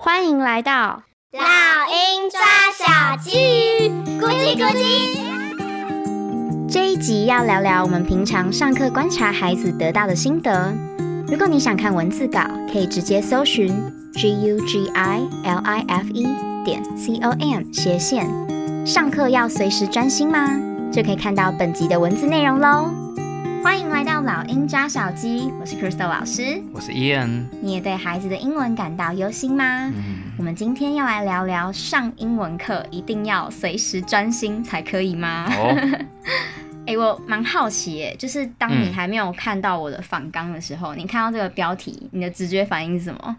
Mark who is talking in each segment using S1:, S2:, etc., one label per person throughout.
S1: 欢迎来到
S2: 老鹰抓小鸡，咕叽咕叽。
S1: 这一集，要聊聊我们平常上课观察孩子得到的心得。如果你想看文字稿，可以直接搜寻 g u g i l i f e 点 c o m 斜线。上课要随时专心吗？就可以看到本集的文字内容喽。欢迎来到老鹰抓小鸡，我是 Crystal 老师。
S3: 我是 Ian，
S1: 你也对孩子的英文感到忧心吗？
S3: 嗯，
S1: 我们今天要来聊聊上英文课一定要随时专心才可以吗？
S3: 哦，
S1: 哎、我蛮好奇耶，就是当你
S3: 嗯
S1: 还没有看到我的访纲的时候，你看到这个标题，你的直觉反应是什么？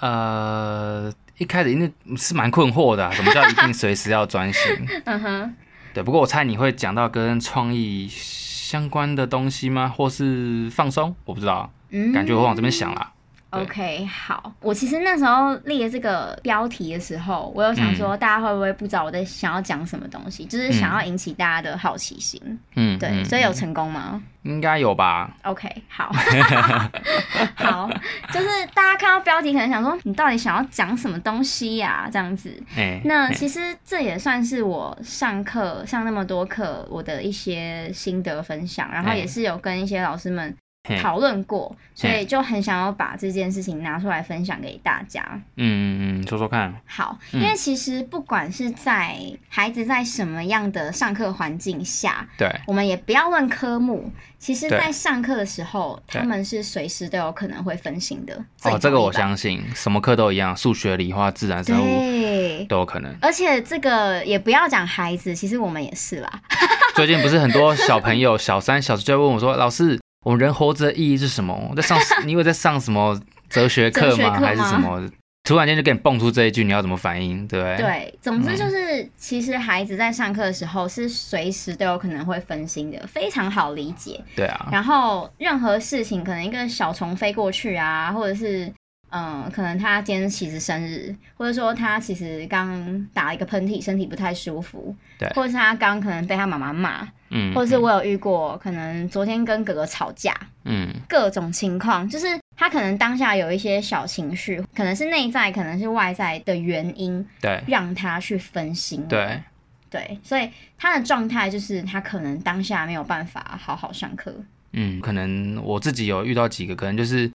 S3: 呃，一开始因为是蛮困惑的啊、什么叫一定随时要专心？
S1: 嗯哼，
S3: 对，不过我猜你会讲到跟创意相关的东西吗？或是放松？我不知道，啊
S1: 嗯
S3: 感觉我往这边想啦。对
S1: OK，好，我其实那时候列这个标题的时候，我有想
S3: 嗯
S1: 说大家会不会不知道我在想要讲什么东西，就是想要引起大家的好奇心。
S3: 嗯，
S1: 对，
S3: 嗯
S1: 所以有成功吗？
S3: 应该有吧？
S1: OK，好， 好，就是大家看到标题可能想说，你到底想要讲什么东西呀、这样子。
S3: 哎、
S1: 那
S3: 哎
S1: 其实这也算是我上课上那么多课我的一些心得分享，然后
S3: 哎
S1: 也是有跟一些老师们
S3: 嘿
S1: 讨论过，所
S3: 哎
S1: 以就很想要把这件事情拿出来分享给大家。
S3: 嗯嗯嗯，说说看，
S1: 好，因
S3: 嗯
S1: 为其实不管是在孩子在什么样的上课环境下，
S3: 对，
S1: 我们也不要论科目，其实，
S3: 对
S1: 在上课的时候，
S3: 对
S1: 他们是随时都有可能会分心的。
S3: 哦，这个我
S1: 想
S3: 相信，什么课都一样，数学、理化、自然、生物
S1: 对，
S3: 都有可能。
S1: 而且这个也不要讲孩子，其实我们也是啦。
S3: 最近不是很多小朋友小三、小四就会问我说：“老师，我们人活着的意义是什么？我在上，你以为在上什么哲学课
S1: 哲学
S3: 吗？
S1: 课吗
S3: 还是什么？”突然间就给你蹦出这一句，你要怎么反应？对不啊对？
S1: 对，总
S3: 嗯
S1: 之就是，其实孩子在上课的时候是随时都有可能会分心的，非常好理解。
S3: 对啊，
S1: 然后任何事情，可能一个小虫飞过去啊，或者是嗯、呃可能他今天其实生日，或者说他其实刚打了一个喷嚏，身体不太舒服，
S3: 对
S1: 或者是他刚可能被他妈妈骂，
S3: 嗯，
S1: 或者是我有遇过，可能昨天跟哥哥吵架，
S3: 嗯
S1: 各种情况，就是他可能当下有一些小情绪，可能是内在，可能是外在的原因，
S3: 对
S1: 让他去分心。
S3: 对
S1: 对，所以他的状态就是他可能当下没有办法好好上课。
S3: 嗯，可能我自己有遇到几个，可能就是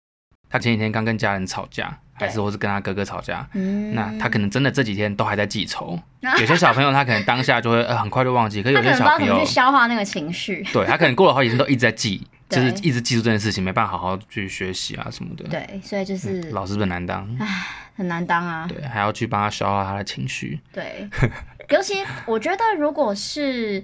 S3: 他前几天刚跟家人吵架，还是
S1: 对
S3: 或是跟他哥哥吵架，
S1: 嗯，
S3: 那他可能真的这几天都还在 记仇。
S1: 啊
S3: 有些小朋友他可能当下就会呃很快就忘记，可
S1: 他
S3: 有
S1: 可
S3: 些
S1: 能不知
S3: 小
S1: 道
S3: 朋
S1: 怎
S3: 友
S1: 么去消化那个情绪。
S3: 对他可能过了好几天都一直在记，
S1: 对
S3: 就是一直记住这件事情，没办法好好去学习啊什么的。
S1: 对，啊所以就是
S3: 嗯，老师很难当，
S1: 很难当啊。
S3: 对，还要去帮他消化他的情绪。
S1: 对，尤其我觉得如果是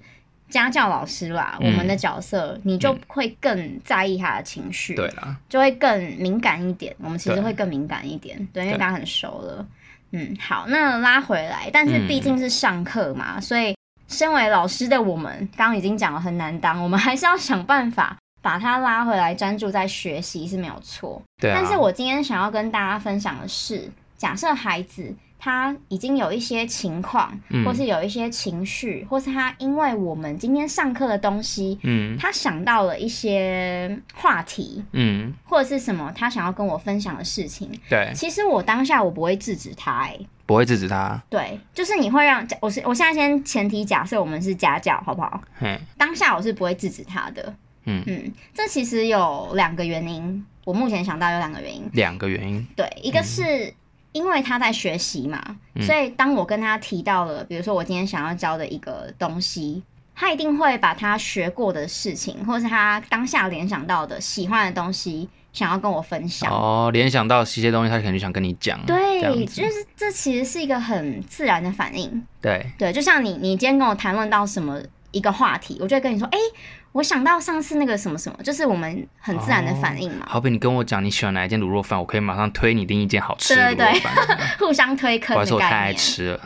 S1: 家教老师啦，
S3: 嗯
S1: 我们的角色，你就会更在意他的情绪。
S3: 对啦，
S1: 就会更敏感一点。我们其实
S3: 对
S1: 会更敏感一点，对，因为
S3: 对
S1: 大家很熟了。嗯，好，那拉回来，但是
S3: 嗯
S1: 毕竟是上课嘛，所以身为老师的我们，刚刚已经讲了很难当，我们还是要想办法把它拉回来，专注在学习是没有错。
S3: 对啊。
S1: 但是我今天想要跟大家分享的是，假设孩子他已经有一些情况，
S3: 嗯
S1: 或是有一些情绪，或是他因为我们今天上课的东西，
S3: 嗯
S1: 他想到了一些话题，
S3: 嗯，
S1: 或者是什么他想要跟我分享的事情，
S3: 对，
S1: 其实我当下我不会制止他、欸，
S3: 不会制止他。
S1: 对，就是你会让，假我是我现在先前提假设我们是家教，好不好？
S3: 嘿，
S1: 当下我是不会制止他的，
S3: 嗯，
S1: 嗯，这其实有两个原因，我目前想到有两个原因，
S3: 两个原因。
S1: 对，一个是因为他在学习嘛，
S3: 嗯
S1: 所以当我跟他提到了，比如说我今天想要教的一个东西。他一定会把他学过的事情，或是他当下联想到的喜欢的东西，想要跟我分享。
S3: 哦，联想到一些东西，他可能就想跟你讲。这
S1: 对，
S3: 样
S1: 就
S3: 子。
S1: 是这其实是一个很自然的反应。
S3: 对，
S1: 对，就像你，你今天跟我谈论到什么一个话题，我就会跟你说，哎、我想到上次那个什么什么，就是我们很自然的反应嘛，
S3: 好比你跟我讲你喜欢哪一间卤肉饭，我可以马上推你另一间好吃
S1: 对
S3: 的卤
S1: 对
S3: 肉饭。
S1: 互相推
S3: 不
S1: 坑
S3: 好意思，
S1: 的
S3: 我太
S1: 概
S3: 爱
S1: 念，
S3: 吃了。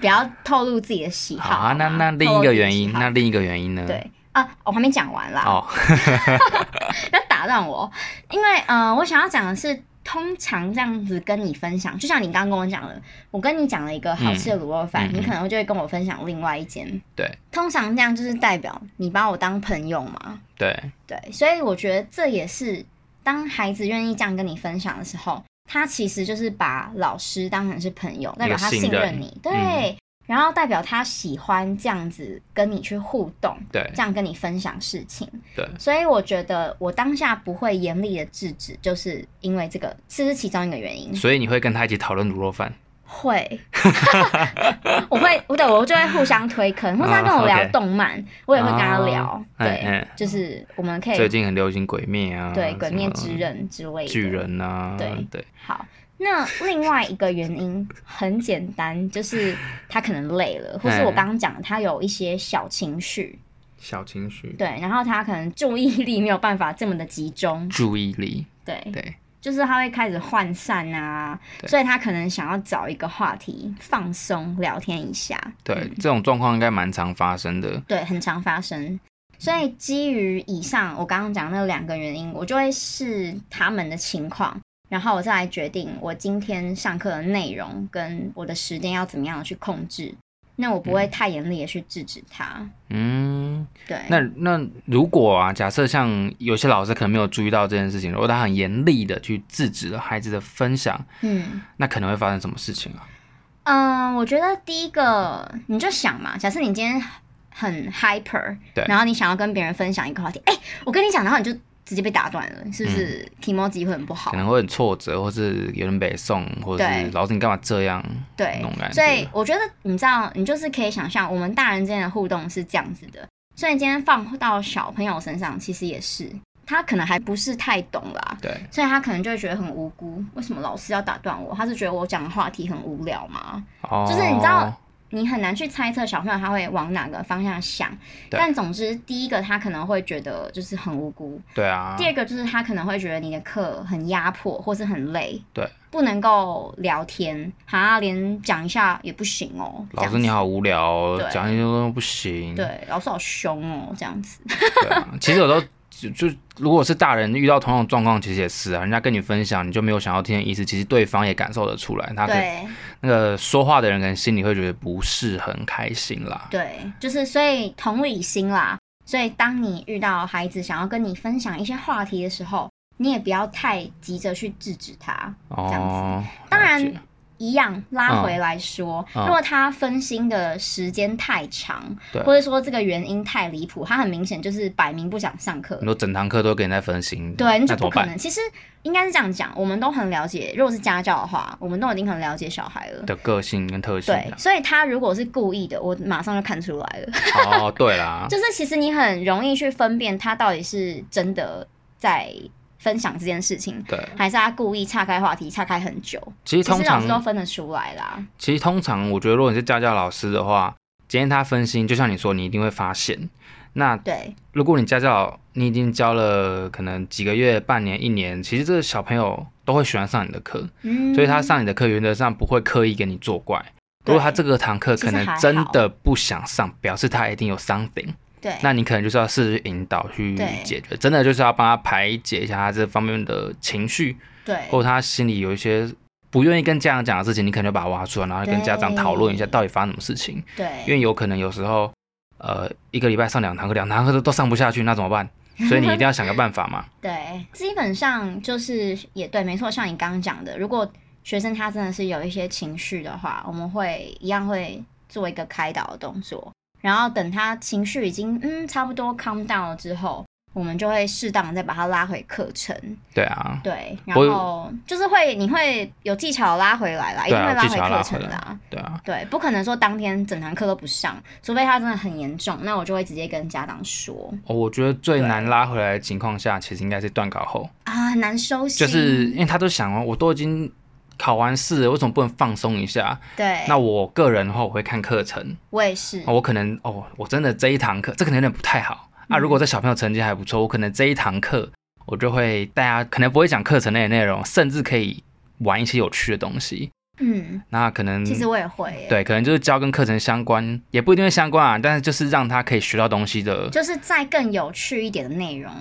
S1: 不要透露自己的喜好。
S3: 好啊，那
S1: 吗
S3: 那另
S1: 透露
S3: 一
S1: 自己
S3: 个
S1: 的
S3: 原
S1: 喜
S3: 因，
S1: 好
S3: 那另一个原因呢？，
S1: 对啊，我还没讲完啦，
S3: 哦，
S1: 不要打断我，哦因为呃，我想要讲的是。通常这样子跟你分享，就像你刚刚跟我讲的，我跟你讲了一个好吃的卤肉饭，
S3: 嗯嗯
S1: 你
S3: 嗯
S1: 可能就会跟我分享另外一间，
S3: 对
S1: 通常这样就是代表你把我当朋友嘛，
S3: 对，
S1: 对，所以我觉得这也是当孩子愿意这样跟你分享的时候，他其实就是把老师当成是朋友，代表他
S3: 信
S1: 信任
S3: 任嗯
S1: 你，对，然后代表他喜欢这样子跟你去互动，
S3: 对
S1: 这样跟你分享事情。
S3: 对
S1: 所以我觉得我当下不会严厉的制止，就是因为这个，这是其中一个原因。
S3: 所以你会跟他一起讨论卤肉饭，
S1: 会，我会，我对我就会互相推坑，或者他跟我
S3: 啊
S1: 聊
S3: ，OK
S1: 动漫，我也会跟他聊
S3: 哦。哎
S1: 对
S3: 哎，
S1: 就是我们可
S3: 最
S1: 以
S3: 近很流行鬼灭啊，
S1: 对《鬼灭
S3: 什
S1: 之
S3: 么
S1: 刃》之类的
S3: 巨。人啊，
S1: 对
S3: 对，
S1: 好，那另外一个原因很简单，就是他可能累了，或是我
S3: 哎
S1: 刚刚讲的他有一些小情绪，
S3: 小情绪，
S1: 对，然后他可能注意力没有办法这么的集中，
S3: 注意力，
S1: 对，
S3: 对，
S1: 就是他会开始涣散啊，
S3: 对
S1: 所以他可能想要找一个话题放松聊天一下，
S3: 对，
S1: 嗯
S3: 这种状况应该蛮常发生的。
S1: 对，很常发生。所以基于以上我刚刚讲的那两个原因，我就会视他们的情况，然后我再来决定我今天上课的内容跟我的时间要怎么样的去控制。那我不会太严厉的去制止他。
S3: 嗯，
S1: 对，
S3: 那那如果啊，假设像有些老师可能没有注意到这件事情，如果他很严厉的去制止了孩子的分享，
S1: 嗯
S3: 那可能会发生什么事情啊？
S1: 嗯，我觉得第一个你就想嘛，假设你今天很 hyper，
S3: 对
S1: 然后你想要跟别人分享一个话题，哎、我跟你讲，然后你就直接被打断了，是不是 e m o j i 会很不好
S3: 嗯可？能会很挫折，或是有人北送，或者
S1: 对
S3: 是老师你干嘛这样？
S1: 对
S3: 那种感，觉
S1: 所以我觉得你知道，你就是可以想象，我们大人之间的互动是这样子的。所以今天放到小朋友身上，其实也是，他可能还不是太懂啦，
S3: 对，
S1: 所以他可能就会觉得很无辜。为什么老师要打断我？他是觉得我讲的话题很无聊吗？
S3: 哦，
S1: 就是你知道，你很难去猜测小朋友他会往哪个方向想。
S3: 对
S1: 但总之，第一个他可能会觉得就是很无辜，
S3: 对啊，
S1: 第二个就是他可能会觉得你的课很压迫，或是很累，
S3: 对，
S1: 不能够聊天，哈，连讲一下也不行哦。这
S3: 老
S1: 样
S3: 师
S1: 子
S3: 你，好无聊哦
S1: 对，
S3: 讲一些东西不行。
S1: 对，老师好凶哦，这样子。
S3: 对啊，其实有时候就就如果是大人遇到同样的状况，其实也是啊，人家跟你分享，你就没有想要听的意思，其实对方也感受得出来，他可
S1: 对
S3: 那个说话的人可能心里会觉得不是很开心啦。
S1: 对，就是所以同理心啦。所以当你遇到孩子想要跟你分享一些话题的时候，你也不要太急着去制止他。这样子
S3: 哦，
S1: 当
S3: 了
S1: 然
S3: 解，
S1: 一样拉回来说，
S3: 嗯嗯
S1: 如果他分心的时间太长，
S3: 对
S1: 或者说这个原因太离谱，他很明显就是摆明不想上课
S3: 很，多整堂课都给人在分心，
S1: 对，那
S3: 那
S1: 就
S3: 怎
S1: 不
S3: 么
S1: 可
S3: 办
S1: 能。其实应该是这样讲，我们都很了解，如果是家教的话，我们都已经很了解小孩了。
S3: 的个性跟特性
S1: 对
S3: 啊？，
S1: 所以他如果是故意的，我马上就看出来了。
S3: 哦，对啦，
S1: 就是其实你很容易去分辨他到底是真的在分享这件事情，
S3: 对，
S1: 还是他故意岔开话题，岔开很久。
S3: 其实
S1: 其
S3: 通
S1: 实老师都
S3: 常，
S1: 分得出来啦。
S3: 其实通常，我觉得如果你是家教老师的话，今天他分心，就像你说，你一定会发现。那
S1: 对
S3: 如果你家教你已经教了可能几个月、半年、一年，其实这个小朋友都会喜欢上你的课，
S1: 嗯，
S3: 所以他上你的课原则上不会刻意跟你作怪。如果他
S1: 对
S3: 这个堂课
S1: 其
S3: 可
S1: 实还
S3: 能
S1: 好
S3: 真的不想上，表示他一定有 something，
S1: 对
S3: 那你可能就是要试着去引导去
S1: 对
S3: 解决，真的就是要帮他排解一下他这方面的情绪，
S1: 对
S3: 或者他心里有一些不愿意跟家长讲的事情，你可能就把它挖出来，然后跟家长讨论一下
S1: 对
S3: 到底发生什么事情，因
S1: 对
S3: 为有可能有时候，呃，一个礼拜上两堂课，两堂课都都上不下去，那怎么办？所以你一定要想个办法嘛。
S1: 对，基本上就是也对，没错，像你刚刚讲的，如果学生他真的是有一些情绪的话，我们会一样会做一个开导的动作，然后等他情绪已经嗯差不多 calm down 了之后，我们就会适当地再把他拉回课程，
S3: 对啊，
S1: 对，然
S3: 不会
S1: 后就是会你会有技巧拉回来啦，一
S3: 对
S1: 定
S3: 啊
S1: 会
S3: 技
S1: 回
S3: 巧拉
S1: 课
S3: 回
S1: 程
S3: 来
S1: 啦、
S3: 对啊，
S1: 对，不可能说当天整堂课都不上，除非他真的很严重，那我就会直接跟家长说
S3: 哦我觉得最
S1: 对
S3: 难拉回来的情况下，其实应该是断考后，
S1: 啊，很难收心，
S3: 就是因为他都想哦，我都已经考完试了，为什么不能放松一下？
S1: 对，
S3: 那我个人的话，我会看课程，
S1: 我也是，
S3: 我可能哦，我真的这一堂课，这可能有点不太好啊。
S1: 嗯
S3: 如果这小朋友成绩还不错，我可能这一堂课我就会大家可能不会讲课程内的内容，甚至可以玩一些有趣的东西。
S1: 嗯，
S3: 那可能
S1: 其实我也会耶，
S3: 对，可能就是教跟课程相关，也不一定会相关啊，但是就是让他可以学到东西的。
S1: 就是再更有趣一点的内容。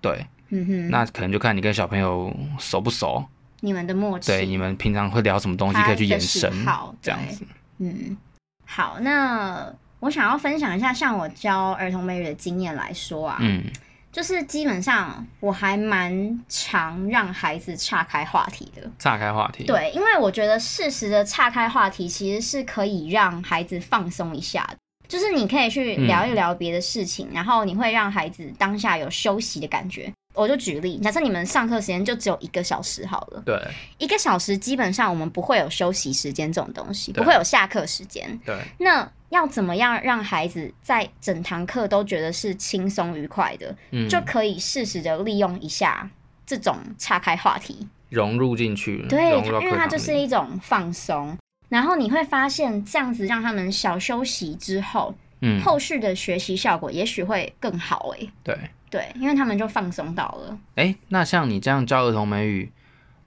S3: 对，
S1: 嗯哼，
S3: 那可能就看你跟小朋友熟不熟，
S1: 你们的默契，
S3: 对，你们平常会聊什么东西
S1: 他
S3: 可以去
S1: 的
S3: 延
S1: 喜
S3: 伸，
S1: 好
S3: 这样
S1: 对
S3: 子。
S1: 嗯，好，那我想要分享一下，像我教儿童美语的经验来说啊，
S3: 嗯，
S1: 就是基本上我还蛮常让孩子岔开话题的。
S3: 岔开话题，，
S1: 对，因为我觉得适时的岔开话题其实是可以让孩子放松一下的，就是你可以去
S3: 嗯
S1: 聊一聊别的事情，然后你会让孩子当下有休息的感觉。我就举例，假设你们上课时间就只有一个小时好了，
S3: 对
S1: 一个小时基本上我们不会有休息时间这种东西，
S3: 对
S1: 不会有下课时间。
S3: 对，
S1: 那要怎么样让孩子在整堂课都觉得是轻松愉快的，
S3: 嗯，
S1: 就可以适时的利用一下这种岔开话题。
S3: 融入进去，
S1: 对，
S3: 融入
S1: 它
S3: 到
S1: 因为
S3: 课
S1: 它
S3: 堂
S1: 就是
S3: 里
S1: 一种放松。然后你会发现，这样子让他们小休息之后，
S3: 嗯，
S1: 后续的学习效果也许会更好诶、
S3: 对，
S1: 对，因为他们就放松到了。
S3: 哎，那像你这样教儿童美语，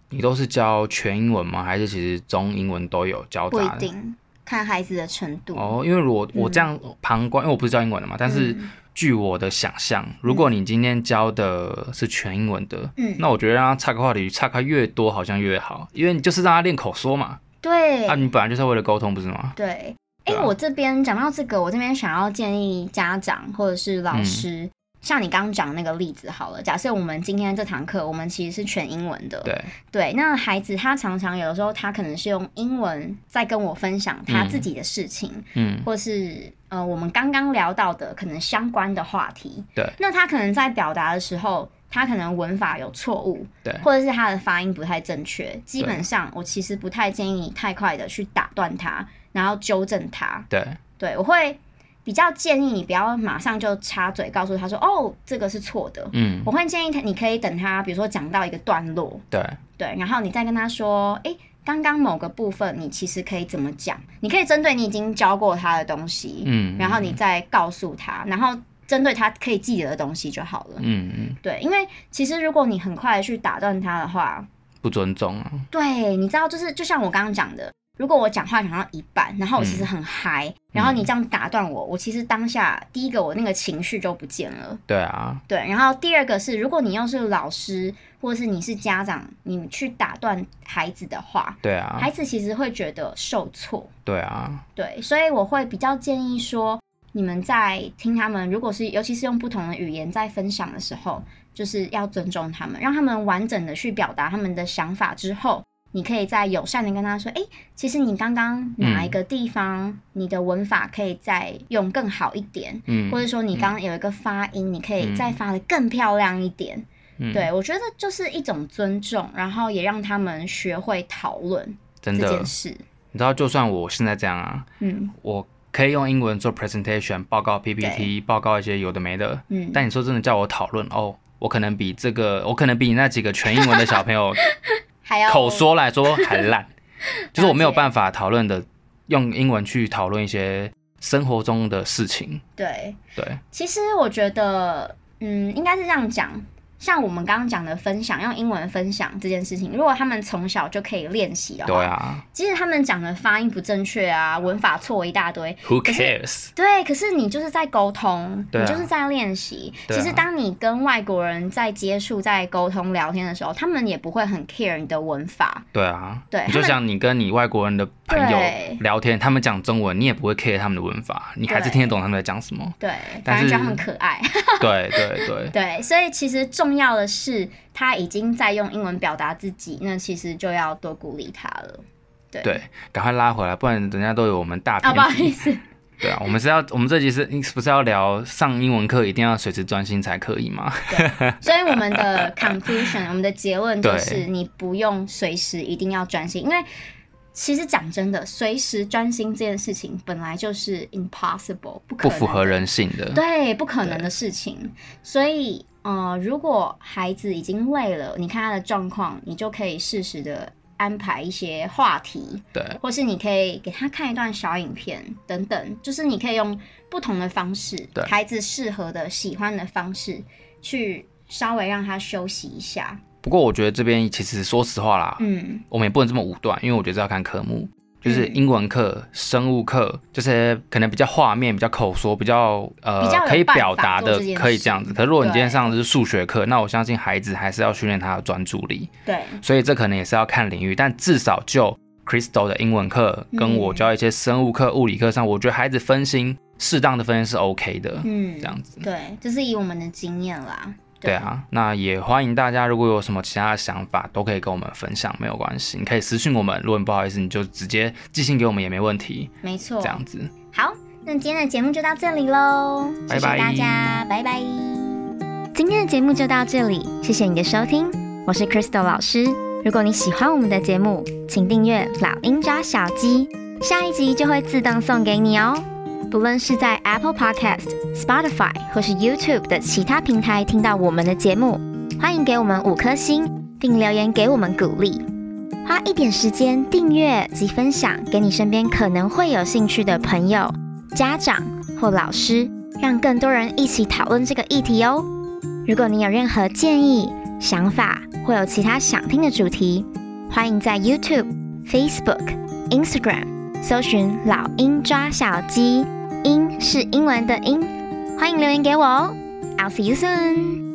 S3: 你都是教全英文吗？还是其实中英文都有教
S1: 不一
S3: 杂的？
S1: 定看孩子的程度。
S3: 哦，因为如果我这样旁观，因为我不是教英文的嘛，但是
S1: 嗯
S3: 据我的想象，如果你今天教的是全英文的，
S1: 嗯
S3: 那我觉得让他岔开话题岔开越多好像越好，因为你就是让他练口说嘛，
S1: 对、
S3: 啊，你本来就是为了沟通，不是吗？
S1: 对。哎、
S3: 对啊
S1: 我这边讲到这个，我这边想要建议家长或者是老
S3: 嗯
S1: 师，像你刚刚讲那个例子好了，假设我们今天这堂课我们其实是全英文的，
S3: 对，
S1: 对，那孩子他常常有的时候，他可能是用英文在跟我分享他自己的事情，
S3: 嗯，
S1: 或是呃我们刚刚聊到的可能相关的话题。
S3: 对，
S1: 那他可能在表达的时候，他可能文法有错误，
S3: 对，
S1: 或者是他的发音不太正确。基本上，我其实不太建议你太快的去打断他，然后纠正他。
S3: 对，
S1: 对我会比较建议你不要马上就插嘴告诉他说：“哦，这个是错的。”
S3: 嗯，
S1: 我会建议他，你可以等他，比如说讲到一个段落，
S3: 对，
S1: 对，然后你再跟他说，诶，刚刚某个部分你其实可以怎么讲？你可以针对你已经教过他的东西，
S3: 嗯，
S1: 然后你，再告诉他，然后针对他可以记得的东西就好了。
S3: 嗯嗯，
S1: 对，因为其实如果你很快的去打断他的话，
S3: 不尊重啊，
S1: 对，你知道，就是就像我刚刚讲的，如果我讲话讲到一半，然后我其
S3: 嗯
S1: 实很嗨、然后你这样打断我，我其实当下第一个我那个情绪就不见了。
S3: 对啊，
S1: 对，然后第二个是，如果你又是老师，或是你是家长，你去打断孩子的话，
S3: 对啊
S1: 孩，子其实会觉得受挫。
S3: 对啊，
S1: 对，所以我会比较建议说，你们在听他们，如果是尤其是用不同的语言在分享的时候，就是要尊重他们，让他们完整的去表达他们的想法之后。你可以在友善的跟他说，哎、其实你刚刚哪一
S3: 嗯
S1: 个地方，你的文法可以再用更好一点，
S3: 嗯，
S1: 或者说你刚刚有一个发音，你可以
S3: 嗯
S1: 再发的更漂亮一点。
S3: 嗯，
S1: 对我觉得就是一种尊重，然后也让他们学会讨论
S3: 真
S1: 这
S3: 的
S1: 件，事。
S3: 你知道，就算我现在这样啊，
S1: 嗯
S3: 我可以用英文做 presentation 报告 PPT，报告一些有的没的。
S1: 嗯，
S3: 但你说真的叫我讨论哦，我可能比这个，我可能比你那几个全英文的小 朋友
S1: 还要
S3: 口说来说还烂， 就是我没有
S1: 了解
S3: 办法讨论的，用英文去讨论一些生活中的事情。
S1: 对。
S3: 对，
S1: 其实我觉得，嗯，应该是这样讲。像我们刚刚讲的分享，用英文分享这件事情，如果他们从小就可以练习的
S3: 对
S1: 话，
S3: 啊
S1: 即使他们讲的发音不正确啊，文法错一大堆，
S3: ，Who
S1: 可是
S3: cares？
S1: 对，可是你就是在沟通，
S3: 对啊
S1: 你就是在练习。
S3: 对啊
S1: 其实当你跟外国人在接触、在沟通、聊天的时候，他们也不会很 care 你的文法。
S3: 对啊，
S1: 对
S3: 你
S1: 他
S3: 就
S1: 们
S3: 像你跟你外国人的朋友
S1: 对
S3: 聊天，他们讲中文，你也不会 care 他们的文法，你还是
S1: 对。
S3: 听得懂他们在讲什么
S1: 对，
S3: 但
S1: 反正
S3: 是
S1: 觉得他们可爱。
S3: 对对对，
S1: 对，所以其实重要的是，他已经在用英文表达自己，那其实就要多鼓励他 了。对
S3: 对，赶快拉回来，不然人家都有我们大
S1: 啊，不好
S3: 偏
S1: 意
S3: 题。
S1: 思，
S3: 对啊，我们是要我们这集是不是要聊上英文课一定要随时专心才可以吗？
S1: 所以我们的 conclusion，我们的结论就
S3: 对
S1: 是，你不用随时一定要专心，因为其实讲真的，随时专心这件事情本来就是 impossible，不可
S3: 不
S1: 能
S3: 符合
S1: 的
S3: 人性的。
S1: 对，不可能的事情。所以，呃，如果孩子已经累了，你看他的状况，你就可以适时的安排一些话题，
S3: 对
S1: 或是你可以给他看一段小影片等等，就是你可以用不同的方式
S3: 对，
S1: 孩子适合的、喜欢的方式去稍微让他休息一下。
S3: 不过我觉得这边其实说实话啦，
S1: 嗯，
S3: 我们也不能这么武断，因为我觉得这要看科目，就是
S1: 嗯
S3: 英文课、生物课这些可能比较画面、比较口说、比较呃
S1: 比较有
S3: 可以表达
S1: 办法
S3: 的
S1: 做这件，事
S3: 可以这样子。可是如果你今天
S1: 对
S3: 上的是数学课，那我相信孩子还是要训练他的专注力，
S1: 对
S3: 所以这可能也是要看领域，但至少就 Crystal 的英文课，跟我教一些生物课、物理课上，我觉得孩子分心，适当的分心是 OK 的，
S1: 嗯
S3: 这，样子。
S1: 对，就是以我们的经验啦。
S3: 对，啊，那也欢迎大家，如果有什么其他的想法，都可以跟我们分享，没有关系，你可以私信我们。如果你不好意思，你就直接寄信给我们也没问题，
S1: 没错。
S3: 这样子。
S1: 好，那今天的节目就到这里喽，谢谢
S3: 拜拜
S1: 大家，拜拜。今天的节目就到这里，谢谢你的收听，我是 Crystal 老师。如果你喜欢我们的节目，请订阅《老鹰抓小鸡》，下一集就会自动送给你哦。不论是在 Apple Podcast、Spotify 或是 YouTube 的其他平台听到我们的节目，欢迎给我们五颗星，并留言给我们鼓励。花一点时间订阅及分享给你身边可能会有兴趣的朋友、家长或老师，让更多人一起讨论这个议题哦。如果你有任何建议、想法或有其他想听的主题，欢迎在 YouTube、Facebook、Instagram 搜寻“老鹰抓小鸡”，鹰是英文的鹰，欢迎留言给我哦。I'll see you soon.